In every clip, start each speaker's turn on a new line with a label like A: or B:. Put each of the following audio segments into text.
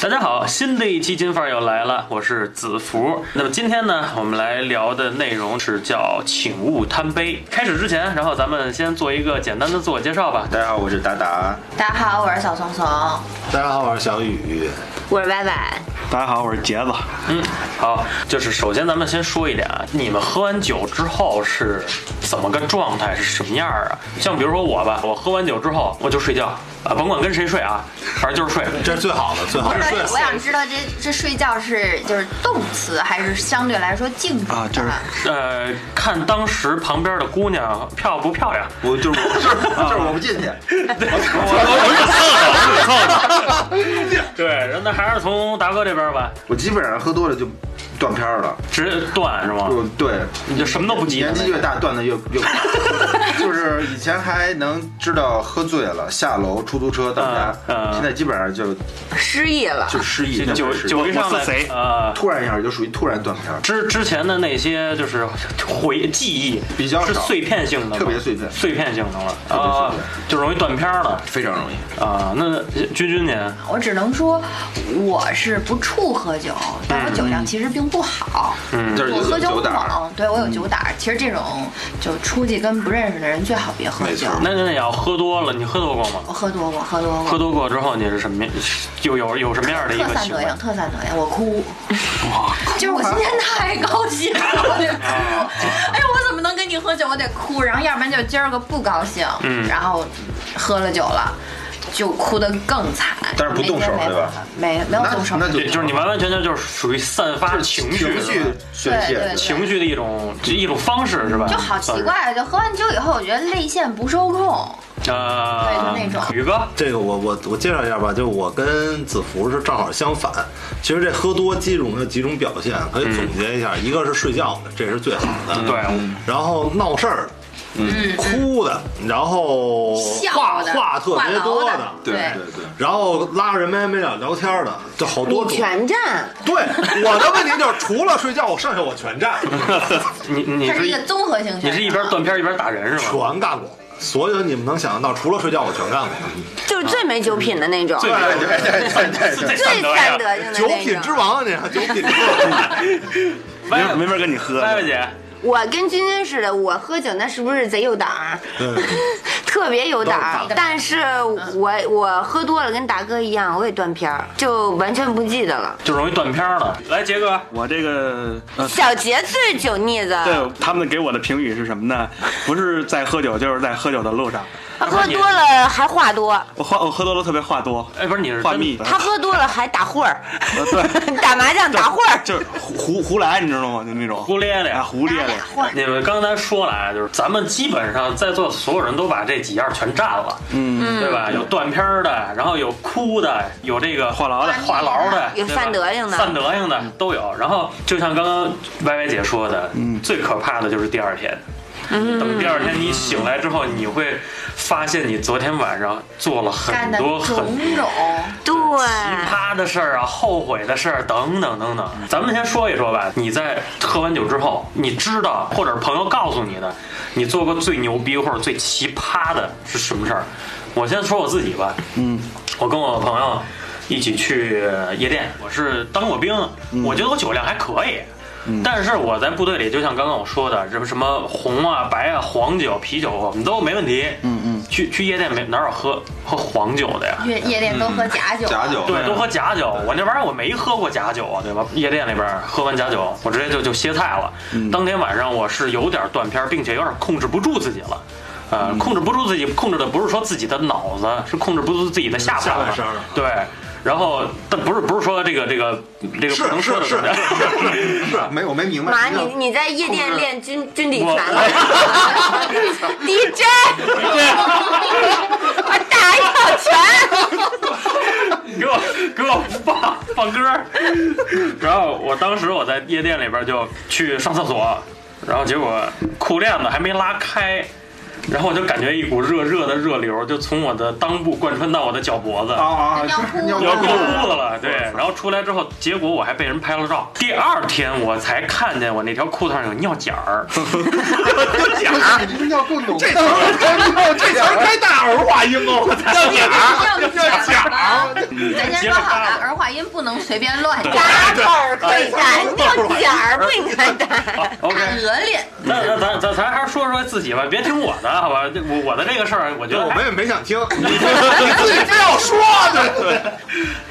A: 大家好，新的一期金范儿又来了，我是子福。那么今天呢，我们来聊的内容是叫“请勿贪杯”。开始之前，然后咱们先做一个简单的自我介绍吧。
B: 大家好，我是达达。
C: 大家好，我是小松松，
B: 大家好，我是小雨。
C: 我是歪歪。
D: 大家好，我是杰子。
A: 嗯，好，就是首先咱们先说一点啊，你们喝完酒之后是怎么个状态，是什么样儿啊？像比如说我吧，我喝完酒之后我就睡觉啊，甭管跟谁睡啊，反正就是睡。
B: 这是最好的，最好的
C: 所以
B: 睡。
C: 我想知道这这睡觉是就是动词还是相对来说静止
D: 啊就是
A: 呃，看当时旁边的姑娘漂不漂亮，
B: 我就是我，就是就是我不进去。
A: 对，然后那还是从达哥这边吧，
B: 我基本上喝多了就断片儿了，
A: 直接断是吗？
B: 就对，
A: 你就什么都不记得
B: 年纪越大断的越越快。 就是以前还能知道喝醉了下楼出租车到
A: 嗯
B: 家，
A: 嗯
B: 现在基本上就
C: 失忆了
B: 就失忆，
A: 就酒
B: 就是
A: 酒一上
D: 我
A: 来
D: 是谁
A: 啊？
B: 突然一下就属于突然断片儿。
A: 之之前的那些就是回记忆
B: 比较少
A: 是碎片性的吗，
B: 特别碎片
A: 碎片性的了
B: 别碎
A: 啊
B: 片，
A: 就容易断片儿了
B: 非常容易，
A: 啊。那君君您
C: 我只能说我是不怵喝酒，但我酒量其实并不好。
B: 嗯
A: 嗯
B: 就是
C: 我
B: 有
C: 喝酒
B: 酒胆儿，
C: 猛，对我有酒胆儿。其实这种就出去跟不认识的人最好别喝
B: 没
C: 酒
B: 错。
A: 那那那也要喝多了，你喝多过吗？
C: 我喝多过，喝多
A: 喝
C: 过，
A: 多过之后你是什么样？就有有什么样的一
C: 特
A: 个
C: 散
A: 行
C: 德
A: 为
C: 行，？特散德行，我哭。就是我今天太高兴了，我得哭。 哎呦，我怎么能跟你喝酒？我得哭。然后要不然就今儿个不高兴，
A: 嗯
C: 然后喝了酒了，就哭得更惨。
B: 但是不动手
C: 没
B: 对吧？
C: 没没有动手，
B: 那那
A: 对，就是你完完全全就是属于散发情绪
B: 情
A: 的，
B: 绪宣泄
C: 对对
B: 的
C: 对
A: 情绪的一种一种方式是吧？
C: 就好
A: 算
C: 奇
A: 是
C: 怪，啊就喝完酒以后，我觉得泪腺不受控。
A: 啊，
C: 对就那种
A: 宇哥，
E: 这个我我我介绍一下吧，就是我跟子福是正好相反。其实这喝多几种有几种表现，可以总结一下，
B: 嗯
E: 一个是睡觉的，这是最好的。
A: 对，
E: 然后闹事儿，嗯，哭的，然后
C: 笑
E: 话
C: 的
E: 话特别多
C: 话痨的
B: 对
C: 对
B: 对对。
E: 然后拉着人没完没了聊天的，就好多种。
F: 占，
E: 对，我的问题就是除了睡觉，我剩下我 全占，
A: 你你
C: 它
A: 是
C: 是一
A: 一
C: 个综合性选择。
A: 你是一边断片儿一边打人是吗？
E: 全干过。所有你们能想得到，除了睡觉我全干过。
F: 就是最没酒品的那种，
A: 对
B: 对对对对对对。
F: 最
A: 三
F: 三
A: 德
F: 德性的那
E: 九
F: 种。
E: 品之王啊，你九品之王。
D: 没
A: 歪
D: 没法跟你喝。
A: 歪歪姐，
F: 我跟君君似的，我喝酒那是不是贼有胆儿？
E: 对
F: 特别有胆儿
C: 都是胆儿，
F: 但是我我喝多了，跟达哥一样，我也断片儿，就完全不记得了。
A: 就容易断片儿了。来，杰哥，
D: 我这个呃，
F: 小杰最酒腻子，
D: 对他们给我的评语是什么呢？不是在喝酒，就是在喝酒的路上。
F: 他喝多了还话多，
D: 我话我喝多了特别话多，
A: 哎，不是你是
D: 话
A: 真
D: 密。
F: 他喝多了还打混儿，
D: 对
F: 打麻将打混儿，
D: 就是胡胡胡来，你知道吗？就那种
A: 胡咧咧
D: 啊，胡咧咧
F: 打。混儿。
A: 你们刚才说了啊，就是咱们基本上在座的所有人都把这几样全占了，嗯，对吧？有断片儿的，然后有哭的，有这个
D: 话痨的
A: 话痨的，
F: 有
A: 对吧
F: 散德性的
A: 散德性的都有。然后就像刚刚歪歪姐说的，最可怕的就是第二天。
F: 嗯
A: 等第二天你醒来之后，你会发现你昨天晚上做了
C: 干
A: 啊很
C: 的
A: 多很
C: 种 种，
F: 对，
A: 奇葩的事儿啊，后悔的事儿等等等等。咱们先说一说吧，你在喝完酒之后，你知道或者是朋友告诉你的，你做过最牛逼或者最奇葩的是什么事儿？我先说我自己吧，嗯，我跟我朋友一起去夜店，我是当过兵，我觉得我酒量还可以。但是我在部队里，就像刚刚我说的，什么什么红啊、白啊、黄酒、啤酒，我们都没问题。嗯嗯，去去夜店没哪有喝喝黄酒的呀？
C: 夜夜店都喝假酒，
B: 假酒，嗯
A: 对，都喝嗯假酒。我那玩意儿我没喝过假酒啊，对吧？夜店里边儿喝完假酒，
B: 嗯
A: 我直接就就歇菜了。当天晚上我是有点断片儿，并且有点控制不住自己了。呃，
B: 嗯
A: 控制不住自己，控制的不是说自己的脑子，是控制不住自己的下半
E: 下半
A: 了
E: 身儿了
A: 对，
B: 嗯
A: 然后但不是不是说这个这个这个不能说的东西
B: 是没我没明白。
F: 妈，你你在夜店练军军体拳了？DJ，我打一套拳。
A: 给我给我放放歌儿。然后我当时我在夜店里边就去上厕所，然后结果裤链子还没拉开，然后我就感觉一股热热的热流就从我的裆部贯穿到我的脚脖子，
B: 啊啊，
C: 尿裤
B: 是尿
A: 要
B: 裤
A: 过
B: 子
E: 啊
A: 裤子了，对。然后出来之后，结果我还被人拍了照。第二天我才看见我那条裤子上有尿碱儿，
C: 啊
B: 你尿裤子，这 这词儿开大儿化音哦，
A: 啊
B: 尿点
C: 要讲啊！ 咱先说好了，儿化音不能随便乱加，
F: 打口可以打，尿点儿不应该打。
A: OK
C: 看鹅脸。
A: 那那咱咱咱还是说说自己吧，别听我的，好吧？这我我的这个事儿，我觉
E: 对，
A: 得
E: 我
A: 还
E: 们也没想 听，
B: 你自己非要说的。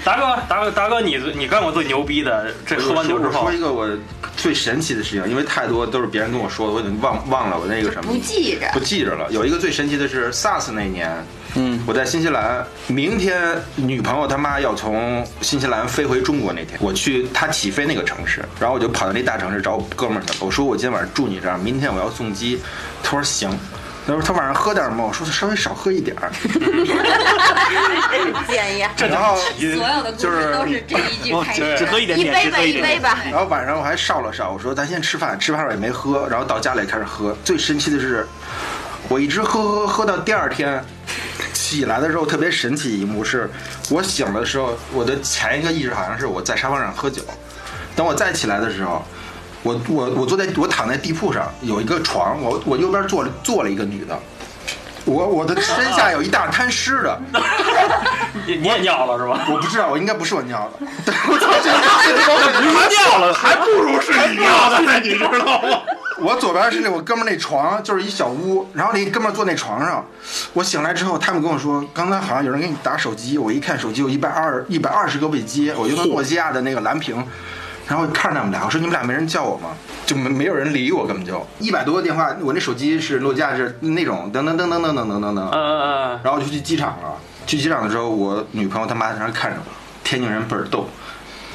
A: 达哥，达哥，达哥，你你干过最牛逼的？这喝完酒之
B: 我
A: 后
B: 说一个我最神奇的事情，因为太多都是别人跟我说的，我已经忘忘了我那个什么
F: 不记着
A: 嗯
B: 不记着了。有一个最神奇的是 SARS 那年，
D: 嗯，
B: 我在新西兰，明天女朋友他妈要从新西兰飞回中国那天，我去她起飞那个城市，然后我就跑到那大城市找我哥们儿去了，我说我今天晚上住你这儿，明天我要送机，他说行。他说他晚上喝点儿吗？我说稍微少喝一点 儿。
F: 建议
B: 然后
C: 所有的故事都是这一句
D: 哦
C: 开
D: 只
C: 始
D: 只。喝一点
F: 一
D: 点，
F: 杯
D: 只
F: 吧，
D: 喝
F: 一
D: 点
F: 杯
D: 点。
F: 吧。
B: 然后晚上我还烧了烧，我说咱先吃饭，吃饭我也没喝，然后到家里开始喝。最神奇的是，我一直喝喝喝到第二天起来的时候，特别神奇一幕是，我醒了的时候，我的前一个意识好像是我在沙发上喝酒，等我再起来的时候。我我我坐在我躺在地铺上，有一个床，我我右边坐了坐了一个女的，我我的身下有一大滩湿的，
A: 你你也尿了是吧？
B: 我不知道，我应该不是我尿的， 对，我操，这这不是尿了，还不如是你尿
E: 啊
B: 的呢，你知道吗？我左边是那我哥们儿那床，就是一小屋，然后那哥们儿坐那床上，我醒来之后，他们跟我说，刚才好像有人给你打手机，我一看手机有一百二一百二十个未接，我就跟诺基亚的那个蓝屏。然后我看着他们俩，我说你们俩没人叫我吗？就没没有人理我，根本就一百多个电话，我那手机是诺基亚是那种噔噔噔噔噔噔噔噔噔，
A: 嗯嗯
B: 然后我就去机场了。去机场的时候，我女朋友他妈在那儿看着我，天津人倍儿逗。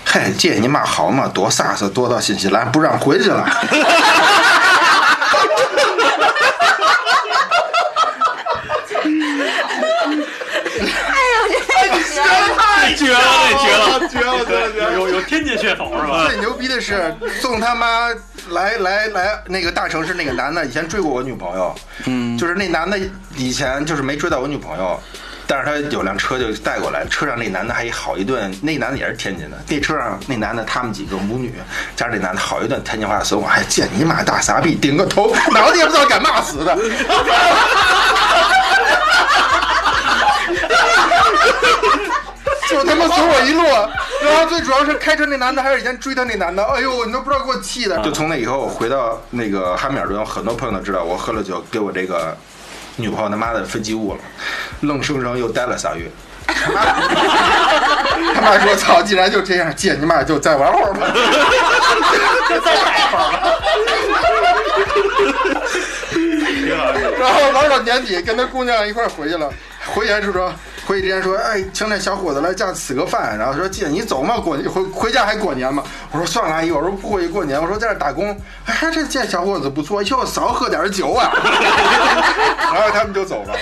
B: 嘿，这你妈好嘛，多飒瑟，多到新西兰不让回去了。
D: 太绝了，太绝了！
E: 绝了绝了绝
A: 嗯，
E: 了！
A: 有有天津血统是吧？
B: 最牛逼的是，送他妈来来来那个大城市那个男的，以前追过我女朋友，嗯，就是那男的以前就是没追到我女朋友，但是他有辆车就带过来，车上那男的还好一顿，那男的也是天津的，那车上那男的他们几个母女加上那男的好一顿天津话损我，还见你妈大傻逼，顶个头，脑子也不知道敢骂死的。就他妈走我一路，然后最主要是开车那男的，还有以前追他那男的，哎呦，你都不知道给我气的。就从那以后，我回到那个汉密尔顿，很多朋友都知道我喝了酒，给我这个女朋友他妈的飞机误了，愣生生又待了仨月。他妈 他妈说：“操，既然就这样，姐你妈就再玩会儿吧。” 然后玩到年底，跟他姑娘一块儿回去了。回去还是说，回去之前说，哎，请那小伙子来家吃个饭。然后说，姐，你走嘛，过年回回家还过年嘛？我说算了，阿姨，我说不回去过年，我说在这儿打工。哎，这见小伙子不错，哟，少喝点酒啊。 然后他们就走了，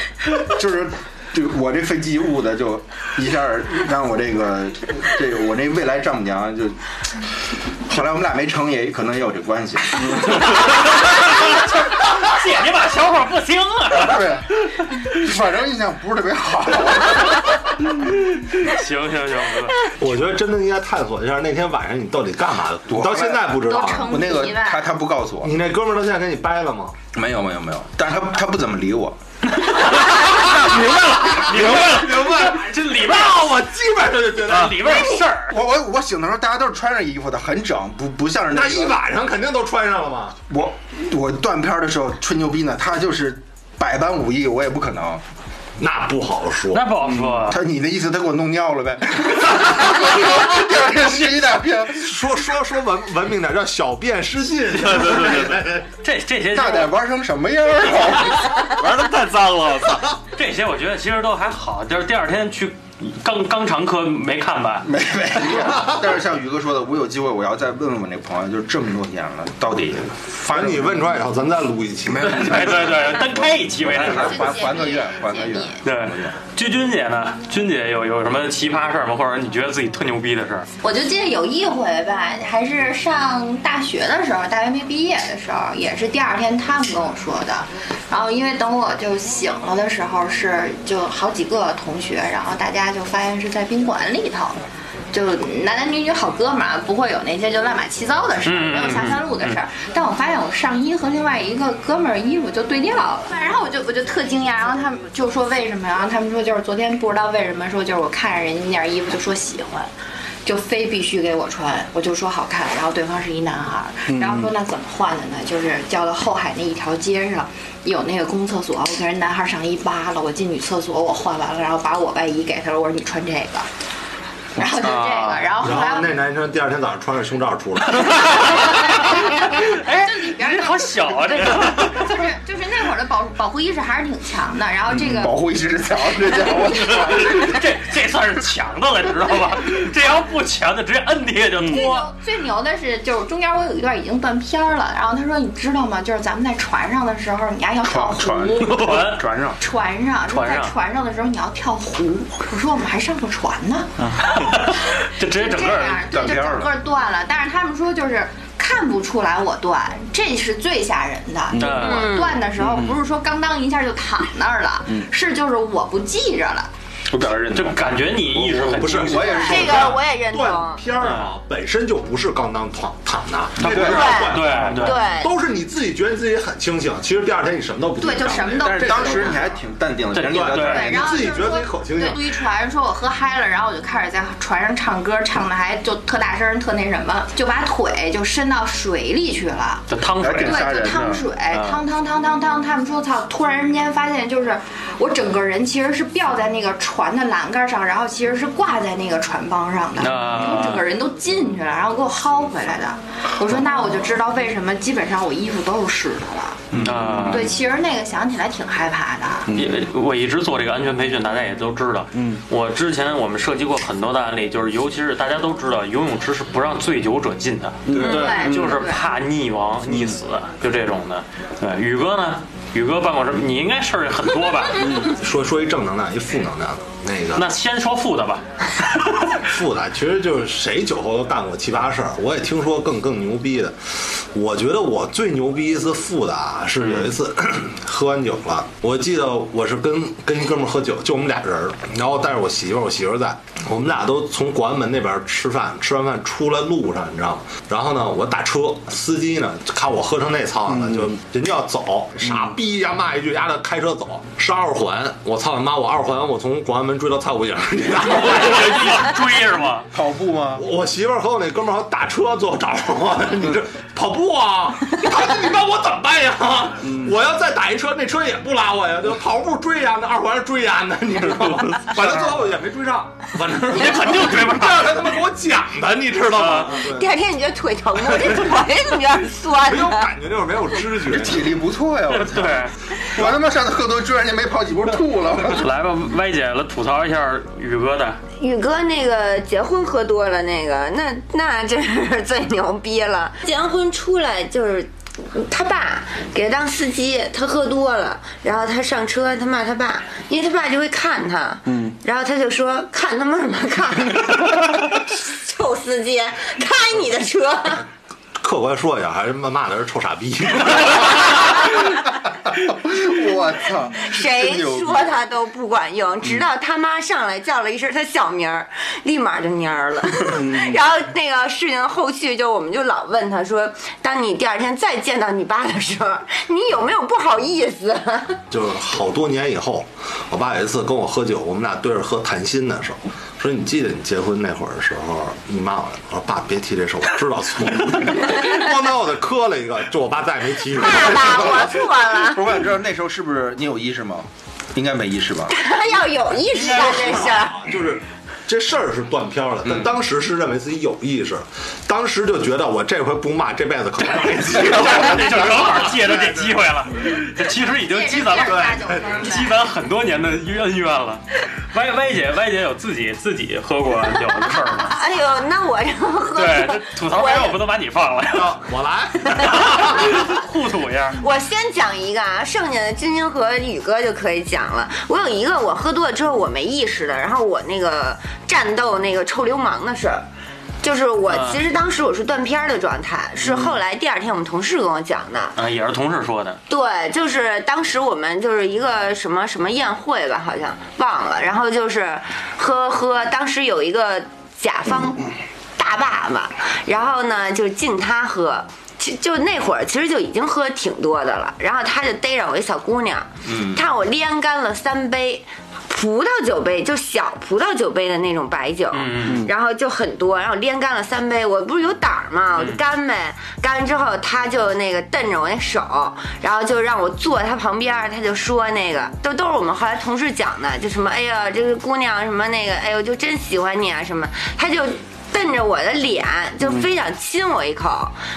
B: 就是。就我这飞机误的，就一下让我这个这个我那未来丈母娘就，后来我们俩没成也可能也有这关系。
A: 姐，你把小伙不听啊！
B: 对，反正印象不是特别 好。
A: 行行行，不错
E: 我觉得真的应该探索一下那天晚上你到底干嘛的，我到现在不知道啊
C: 都。成
B: 我那个
C: 迷了
B: 他他不告诉我，
E: 你那哥们儿到现在跟你掰了吗？
B: 没有没有没有，但是他他不怎么理我。
A: 明白了，明白了，这里边啊，我
E: 基本上就 觉
A: 啊里边有事儿。
B: 我我我醒的时候，大家都是穿着衣服的，很整，不不像是那
E: 那
B: 个
E: 一晚上肯定都穿上了嘛。
B: 我我断片儿的时候吹牛逼呢，他就是百般武艺，我也不可能。
E: 那不好说。
A: 那不好说，啊
B: 他你的意思，他给我弄尿 了呗？第二天十一大片，
E: 说说说文文明点，叫小便失禁。对对对对
A: 这这些
B: 那得玩成什么样儿啊？
D: 玩的太脏了，我操！
A: 这些我觉得其实都还好，就是第二天去肛肛肠科没看吧？
B: 没没有，但是像宇哥说的，我有机会我要再问问我那朋友，就是这么多年了，到底发
E: 反
B: 生
E: 正你问出来以后，咱们再录一期。
B: 没问题，
A: 哎对对对，单开一期为止。
B: 还还还个愿，还个愿。
A: 对，君君姐呢？君姐有有什么奇葩事儿吗？或者你觉得自己特牛逼的事儿？
C: 我就记得有一回吧，还是上大学的时候，大学没毕业的时候，也是第二天他们跟我说的。然后因为等我就醒了的时候是就好几个同学，然后大家就发现是在宾馆里头。就男男女女好哥们儿啊，不会有那些就乱码七糟的事儿，
A: 嗯嗯嗯
C: 没有下三路的事儿。但我发现我上衣和另外一个哥们儿衣服就对调了，然后我就我就特惊讶，
A: 嗯
C: 然后他们就说为什么呀？然后他们说就是昨天不知道为什么说就是我看着人家那件衣服就说喜欢。就非必须给我穿，我就说好看，然后对方是一男孩儿，
E: 嗯
C: 然后说那怎么换的呢？就是叫到后海那一条街上有那个公厕所，我给人男孩上衣扒了，我进女厕所我换完了，然后把我外衣给他了，我说你穿这 个，然后就这个，然后后
E: 啊然
C: 来
E: 后
C: 我
E: 那男生第二天早上穿着胸罩出来，嗯
A: 哎，你这好小啊，这个。
C: 就是就是那会儿的保保护意识还是挺强的，然后这个
E: 嗯
B: 保护意识强，这家 伙。
A: 这这算是强的了，知道吧？这要不强的，直接摁地下就
C: 最
A: 脱。
C: 牛最牛的是，就是中间我有一段已经断片儿了，然后他说你知道吗？就是咱们在船上的时候，你还要跳
B: 船
C: 湖。
A: 船
B: 船上，
C: 船上，就是
A: 船
C: 在
A: 上
C: 船上的时候你要跳湖。我说我们还上过船呢，
A: 啊这直接
C: 就
A: 整
C: 这
A: 个
C: 样
A: 人，
C: 对，
B: 断
C: 就
B: 片儿
C: 整
B: 了
C: 个断了。但是他们说就是看不出来我断，这是最吓人的。
A: 嗯嗯
C: 我断的时候不是说咣当一下就躺那儿了，是就是我不记着了。
B: 我表示认
A: 就感觉你意识很
E: 不是
A: 清晰
E: 我
B: 也
E: 也
B: 是
F: 这个我也认
E: 断
F: 同。
E: 片儿啊，本身就不是刚当躺躺的，
A: 他不是
E: 断片儿
A: 对对
F: 对，
E: 都是你自己觉得自己很清醒，其实第二天你什么都不
C: 对，就什么都
B: 但是当时你还挺淡定的，别人哎跟你聊
A: 对
B: 天，
C: 对，然后
E: 自己
C: 就是
E: 觉得
C: 说
E: 自己口清
C: 对
E: 醒，
C: 一传说我喝嗨了，然后我就开始在船上唱歌，唱的还就特大声，特那什么，就把腿就伸到水里去了。
A: 这汤水
B: 挺吓人
C: 对，就
B: 的
C: 趟水，
A: 啊
C: 趟趟趟趟趟，他们说操！突然间发现，就是我整个人其实是吊在那个船的栏杆上，然后其实是挂在那个船帮上的，
A: 啊
C: 我整个人都进去了，然后给我薅回来的。我说那我就知道为什么基本上我衣服都是湿的了。
A: 啊。
C: 对，其实那个想起来挺害怕的。
A: 也我一直做这个安全培训，大家也都知道。嗯，我之前我们涉及过很多的案例，就是尤其是大家都知道，游泳池是不让醉酒者进的，
C: 嗯对
A: 就是怕溺亡、
E: 嗯
A: 溺死，就这种的。对，宇哥呢？宇哥办过什么？你应该事儿也很多吧？
E: 说说一正能量，一负能量的。那个
A: 那先说负的吧。
E: 负的，其实就是谁酒后都干过奇葩事儿。我也听说更更牛逼的，我觉得我最牛逼一次负的啊，是有一次、 喝完酒了，我记得我是跟跟一哥们儿喝酒，就我们俩人儿，然后带着我媳妇儿，我媳妇儿在，我们俩都从广安门那边吃饭，吃完饭出来路上，你知道吗？然后呢，我打车，司机呢看我喝成那操样了，就人家要走，傻逼呀骂一句，丫的开车走，是二环，我操他妈，我二环我从广安门追到蔡五营，你知道吗？
A: 追是吗？
B: 跑步吗？
E: 我媳妇儿和我那哥们儿好像打车最后找上我的，你这跑步啊？他你让我怎么办呀？我要再打一车，那车也不拉我呀，就跑步追呀，那二环上追呀呢，你知道
A: 嗯
E: 吗？反正最后也没追上，反正你
A: 肯定追不上嗯
E: 这两天他妈给我讲的，你知道吗？
F: 第二天你觉得腿疼吗？我这腿怎么有点酸
E: 没有
F: 呢？
E: 感觉，那会儿没有知
A: 嗯
E: 觉，
B: 体力不错呀！我操！
A: 对。
B: 我他妈上次喝多，追人家没跑几步吐了。我
A: 来吧，歪姐来吐槽一下宇哥的，
F: 宇哥那个结婚喝多了，那个那那真是最牛逼了。结完婚出来就是。他爸给他当司机，他喝多了，然后他上车，他骂他爸，因为他爸就会看他，嗯，然后他就说看他妈什么看， 臭司机，开你的车，
E: 客观说一下，还是骂骂的是臭傻 逼。
B: 我操！
F: 谁
B: 真牛逼
F: 说他都不管用，直到他妈上来叫了一声他小名儿，立马就蔫儿了。
B: 嗯
F: 然后那个事情后续就我们就老问他说，当你第二天再见到你爸的时候，你有没有不好意思？
E: 就是好多年以后，我爸有一次跟我喝酒，我们俩对着喝谈心的时候，说你记得你结婚那会儿的时候，你骂我来，我说爸别提这事儿，我知道错了，咣当我就磕了一个，就我爸再也没提过。
F: 爸爸，我错了。
B: 不是，我想知道那时候是不是你有意识吗？应该没意识吧？
F: 他要有意识干这事儿，
E: 就是这事儿是断片儿了，但当时是认为自己有意识，当时就觉得我这回不骂，这辈子可能没机会了。
A: 这就正好借着这机会了， 这其实已经积攒
C: 这
A: 了
C: 样大酒杯
A: 积攒很多年的恩怨了。歪歪姐，歪姐有自己自己喝过酒的事 儿吗？
F: 哎呦，那我这喝
A: 对，这吐槽完我不能把你放了，
E: 我来，
F: 哦
A: 互吐一下。
F: 我先讲一个啊，剩下的晶晶和宇哥就可以讲了。我有一个我喝多了之后我没意识的，然后我那个战斗那个臭流氓的事儿。就是我
A: 啊，
F: 其实当时我是断片儿的状态，是后来第二天我们同事跟我讲的。
A: 啊，也是同事说的，
F: 对，就是当时我们就是一个什么什么宴会吧，好像忘了。然后就是喝喝，当时有一个甲方大爸爸，然后呢就敬他喝。其就那会儿，其实就已经喝挺多的了，然后他就逮着我一小姑娘，他让我连干了三杯葡萄酒杯，就小葡萄酒杯的那种白酒，
A: 嗯
F: 然后就很多，然后连干了三杯，我不是有胆儿嘛，
A: 嗯
F: 我就干呗。干完之后，他就那个瞪着我那手，然后就让我坐他旁边儿，他就说那个都都是我们后来同事讲的，就什么哎呀这个姑娘什么那个哎呦就真喜欢你啊什么，他就。瞪着我的脸，就
A: 嗯
F: 非想亲我一口。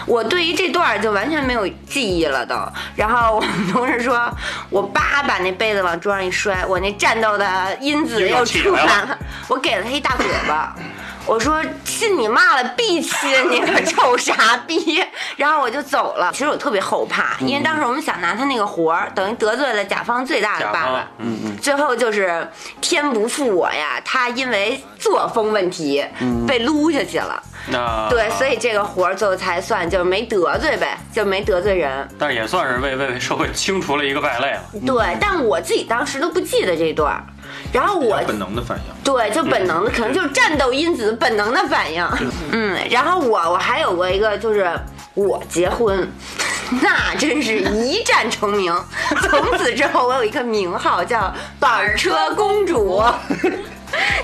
F: 我对于这段儿就完全没有记忆了都。然后我们同事说，我叭把那杯子往桌上一摔，我那战斗的因子
A: 又
F: 又
A: 起
F: 出
A: 来
F: 来
A: 了
F: 了，我给了他一大嘴巴。我说亲你妈了，必亲你个臭傻逼！然后我就走了。其实我特别后怕，因为
A: 嗯
F: 当时我们想拿他那个活儿，等于得罪了甲方最大的
A: 甲
F: 爸
A: 方
F: 爸。，
A: 嗯嗯，
F: 最后就是天不负我呀，他因为作风问题被撸下去了。
A: 那
F: 对，所以这个活儿最后才算就是没得罪呗，就没得罪人。
A: 但是也算是为为社会清除了一个败类了。
F: 对，但我自己当时都不记得这段儿，然 后我
G: 本能的反应，
F: 对，就本能的，可能就是战斗因子本能的反应。嗯，然后我我还有过一个，就是我结婚，那真是一战成名。从此之后，我有一个名号叫板车公主，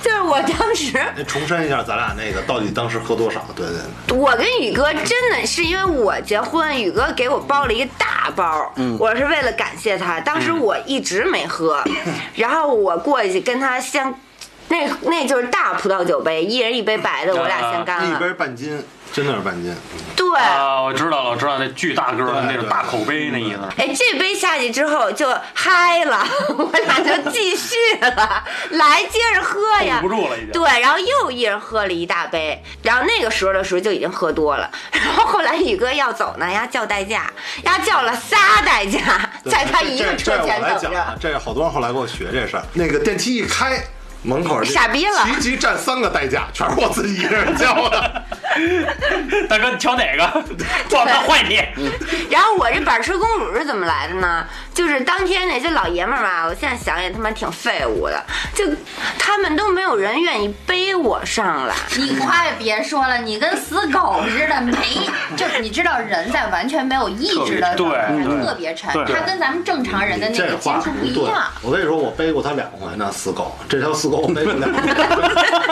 F: 就是我当时。
E: 重申一下，咱俩那个到底当时喝多少？对对对。
F: 我跟宇哥真的是因为我结婚，宇哥给我包了一个大包，
E: 嗯
F: 我是为了感谢他。当时我一直没 喝，然后我过去跟他先，那那就是大葡萄酒杯，一人一杯白的，我俩先干
E: 啊一
F: 了。
E: 杯半斤，真的是半斤。
F: 对，
A: 啊，我知道了，我知道那巨大个的
E: 对
A: 那种
E: 对
A: 大口碑那意思。
F: 哎，这杯下去之后就嗨了， 我俩就继续了，来接着喝呀，
A: 控不住了已经
F: 对，然后又一人喝了一大杯，然后那个时候的时候就已经喝多了，然后后来宇哥要走呢，丫叫代驾，丫叫了仨代驾，
E: 对
F: 在他一个
E: 这
F: 车
E: 这
F: 前
E: 这我来
F: 等
E: 讲
F: 着
E: 啊，。这好多人后来给我学这事儿。那个电梯一开，门口
F: 傻逼了
E: 齐齐站三个代驾，全是我自己一个人交的。
A: 大哥，你挑哪 个？我们换你。
F: 然后我这板车公主是怎么来的呢？就是当天那些老爷们儿吧，我现在想也他妈挺废物的，就他们都没有人愿意背我上来。
C: 你快别说了，你跟死狗似的，没就是你知道人在完全没有意志的
A: 特别对
C: 状态下特别沉，
D: 对
C: 他跟咱们正常人的那
E: 这
C: 个接
E: 话
C: 触不
E: 不
C: 一
E: 对
C: 样。。
E: 我跟你说，我背过他两回呢，死狗。这条死狗我背过两回。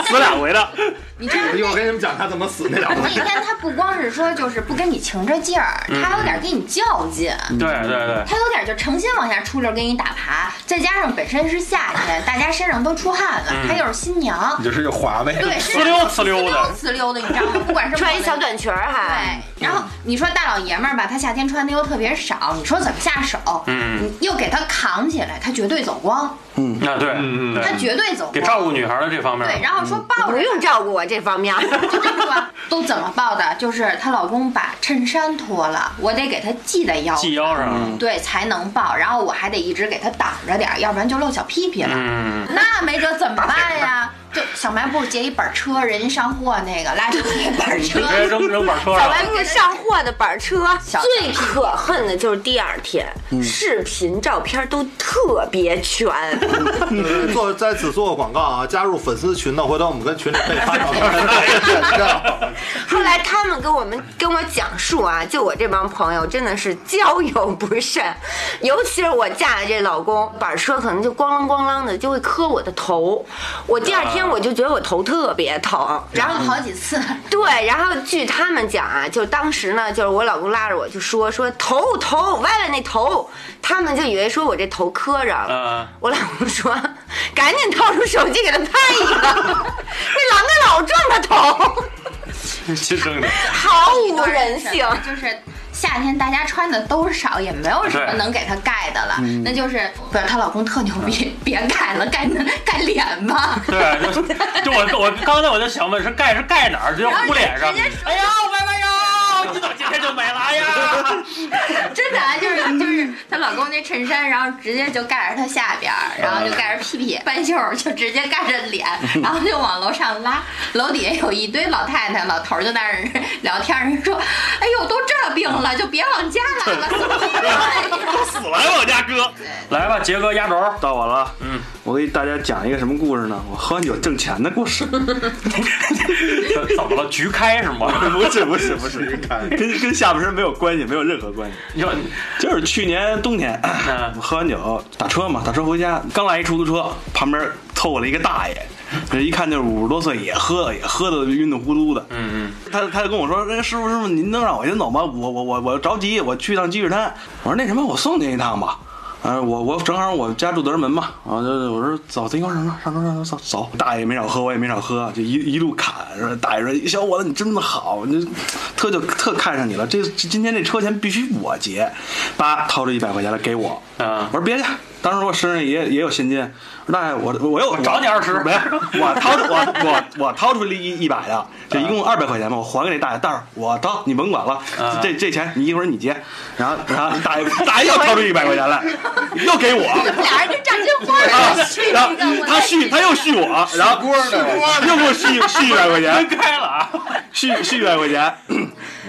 D: 死俩回的，
C: 你知道
E: 一会儿
C: 那
E: 给你们讲他怎么死那两
C: 那
E: 回。
C: 天他不光是说就是不跟你情着劲儿，他还有点跟你较劲。
A: 对对对，
C: 他有点就诚心往下出溜给你打爬，再加上本身是夏天，大家身上都出汗了，他又是新娘
B: 你，就是又滑呗。
C: 对，
A: 呲溜呲溜的
C: 呲溜呲溜的，你知道吗？不管是
F: 穿一
C: 我的
F: 小短裙儿还。
C: 对，然后你说大老爷们儿吧，他夏天穿的又特别少，你说怎么下手？
A: 嗯，
C: 你又给他扛起来，他绝对走光，
A: 那啊对，对
C: 他绝对走
A: 嗯给照
C: 光。
A: 顾女孩的这方面，
C: 对，然后说抱
F: 不
C: 着，
F: 用照顾我这方面 儿，
C: 就这么说，都怎么抱的？就是她老公把衬衫脱了，我得给他系在腰上，
A: 系腰上，
C: 对才能抱，然后我还得一直给他挡着点儿，要不然就露小屁屁了。
A: 嗯，
C: 那没辙，怎么办呀？ 就小卖部劫一板车，人家上货那 个拉出一板车
A: 直，接扔扔板车
F: 小
A: 上
F: 卖部上货的板车。
C: 小
F: 最可恨的就是第二天，视频照片都特别 全，
E: 嗯做在此做个广告啊！加入粉丝群的，回头我们跟群里可以发照片。
F: 后来他们跟我们跟我讲述啊，就我这帮朋友真的是交友不慎，尤其是我嫁的这老公，板车可能就咣啷咣啷的就会磕我的头，我第二天我就觉得我头特别疼，
C: 然后好几次，
F: 对，然后据他们讲啊，就当时呢，就是我老公拉着我就说说头头歪歪那头，他们就以为说我这头磕着了。
A: 嗯
F: 我老公说赶紧掏出手机给他拍一个。这狼哥老撞他头，
A: 亲生的。
F: 毫无人性。
C: 就是夏天大家穿的都少，也没有什么能给她盖的了。
D: 嗯
C: 那就是不是她老公特牛逼，别盖了，盖 盖脸 吧。
A: 对，就就我我刚才我就想问，是盖是盖哪儿？就糊脸上
C: 人家。说
A: 哎呀，歪歪哟，你怎么今天就没来呀？
C: 真的啊
D: 嗯
C: 就是就是她老公那衬衫，然后直接就盖着她下边儿，
D: 嗯
C: 然后就盖着屁屁，半袖儿 就直接盖着脸，然后就往楼上拉。楼底下有一堆老太太、老头儿就在那儿聊天儿，人说：“哎呦，都这病了，就别往家来 了。
A: 死来我家哥，来吧，杰哥压轴。
D: 到我了，
A: 嗯，
D: 我给大家讲一个什么故事呢？我喝完酒挣钱的故事。
A: 怎么了？局开是吗？
D: 不是不是不是，跟跟下半身没有关系，没有任何关系。
A: 要
D: 就是去年冬天，我喝完酒打车嘛，打车回家，嗯刚来一出租车，旁边凑过来一个大爷，这一看就是五十多岁，也喝也喝的晕的糊涂的。
A: 嗯
D: 他他就跟我说：“那、师傅师傅，您能让我先走吗？我我我我着急，我去趟积水滩。”我说：“那什么，我送您一趟吧。”啊，我我正好我家住德胜门嘛，然后就我说走，咱一块儿上车上车上车走走。大爷没少喝，我也没少喝，就一一路砍。说大爷说小伙子你真的好，你就特就特看上你了。这这今天这车钱必须我结，叭掏出一百块钱来给我。
A: 啊
D: 我说别介，当时我身上也也有现金。我说大爷，我我又我
A: 找你20
D: 没有，我掏出我我我掏出了一一百的，就一共二百块钱嘛，我还给那大爷。大爷，我掏，你甭管了，
A: 啊
D: 这这钱你一会儿你结。然后然后 大爷大爷又掏出一百块钱来，又给 我。”
C: 俩人就炸金花
D: 啊
C: 儿，续一
D: 然后
C: 个，
D: 他续他又续我，然后
B: 锅呢？
D: 又给我续续一百块
A: 嗯，
D: 钱，
A: 分开了啊！
D: 续续一百块钱，
A: 你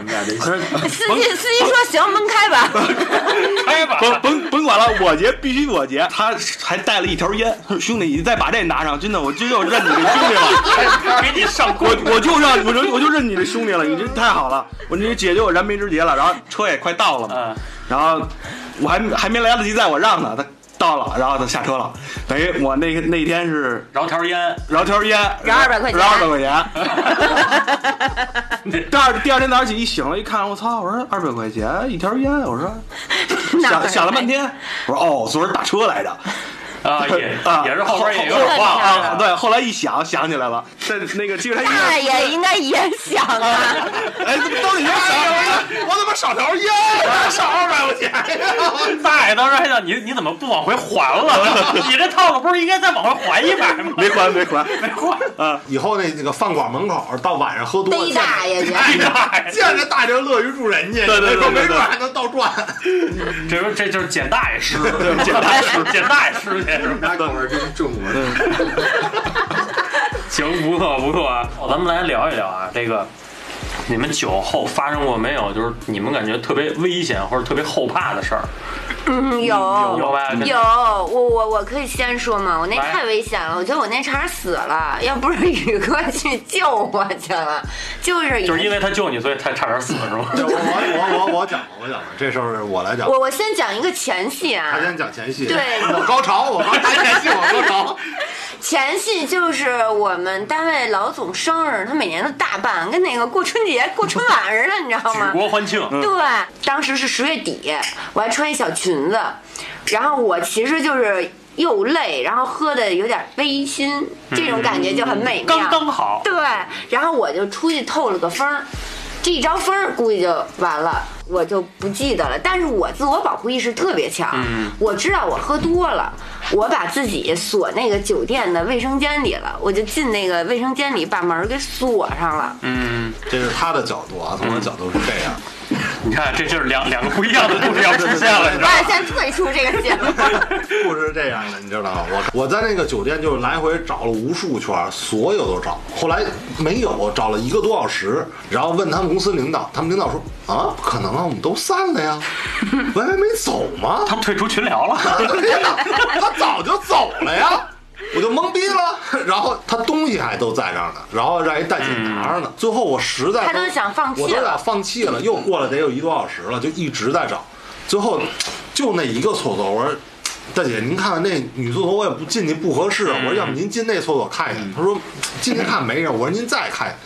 A: 们俩这
F: 司机司机说行，门开吧。
A: 开吧。
D: 甭甭甭管了，我结必须我结。他还带了一条烟，兄弟，你再把这拿上，真的，我就要认你这兄弟 了。
A: 给你上锅
D: 我我就让我就我就认你这兄弟了，你这太好了，我你这解决我燃眉之急了。然后车也快到了嘛
A: 嗯，
D: 然后我还还没来得及在我让他，他到了，然后他下车了。等于我那那天是
A: 饶条烟，
D: 饶条烟，
F: 饶200块钱
D: 饶二百块钱。 第二第二天早上起一醒了，一看，我操！我说二百块钱一条烟，我说
F: 哪儿
D: 想想了半天，我说哦，昨儿打车来着。
A: 啊，也
D: 啊，
A: 也是后边也有
D: 后
A: 点忘
D: 后啊
A: 了。
D: 对，后来一想想起来了，在那个其实他应
F: 大
D: 该
F: 爷哎应该也想啊，
D: 哎，怎么兜里边少？我怎么少条烟？少二百块钱？
A: 大爷当时还哎想你，你怎么不往回还 了？你这套路不是应该再往回还一百吗？
D: 没还，没还。
A: 没 还，
E: 以后那那个饭馆门口到晚上喝多了，
F: 逮大 爷去。
A: 太大爷，
E: 见着大爷乐于助人去，
D: 对对对对对
E: 没准还能倒赚。
A: 这不这就是捡大爷 尸，捡大爷 尸，捡大爷尸去是吧？
B: 拿狗味真中我的。
A: 行，不错不错啊，咱们来聊一聊啊，这个你们酒后发生过没有？就是你们感觉特别危险或者特别后怕的事儿，
F: 嗯，有
A: 有吧？
F: 有，我我我可以先说吗？我那
A: 来
F: 太危险了，我觉得我那差点死了，要不是宇哥去救我去了，就是
A: 就是因为他救你，所以才差点死是吗？
E: 我我我我我讲吧，我讲吧，这事儿我来讲。
F: 我我先讲一个前戏啊
E: 他，先讲前戏，
F: 对
E: 我高潮，我高他前戏，我高 潮。
F: 前戏就是我们单位老总生日，他每年都大办，跟那个过春节、过春晚似的，你知道
A: 举
F: 吗？
A: 国嗯欢庆，
F: 对，当时是十月底，我还穿一小裙子，然后我其实就是又累，然后喝的有点微醺，这种感觉就很美妙。
A: 刚刚好。
F: 对，然后我就出去透了个风儿，这一招风儿估计就完了，我就不记得了。但是我自我保护意识特别强，
A: 嗯
F: 我知道我喝多了，我把自己锁那个酒店的卫生间里了，我就进那个卫生间里把门儿给锁上了。
A: 嗯，
E: 这是他的角度啊，从我的角度是这样。
F: 嗯
A: 你看，这就是两两个不一样的故事要出现了，你知
F: 我
A: 道
F: 俩
A: 吗？
F: 先退出这个节 目。
E: 故事是这样的，你知道吗？我我在那个酒店就是来回找了无数圈，所有都找，后来没有，找了一个多小时，然后问他们公司领导，他们领导说啊，不可能啊，我们都散了 呀，文文没走吗？
A: 他们退出群聊了，
E: 天哪， 他早就走了呀。我就懵逼了，然后他东西还都在这儿呢，然后让一大姐拿着呢。最后我实在
F: 他都想放弃了
E: 我都想放弃了。又过了得有一多小时了，就一直在找，最后就那一个厕所，我说。大姐，您看看那女厕所，我也不进去不合适。我说，要不您进那厕所看一眼。她说，进去看没人。我说，您再看一眼。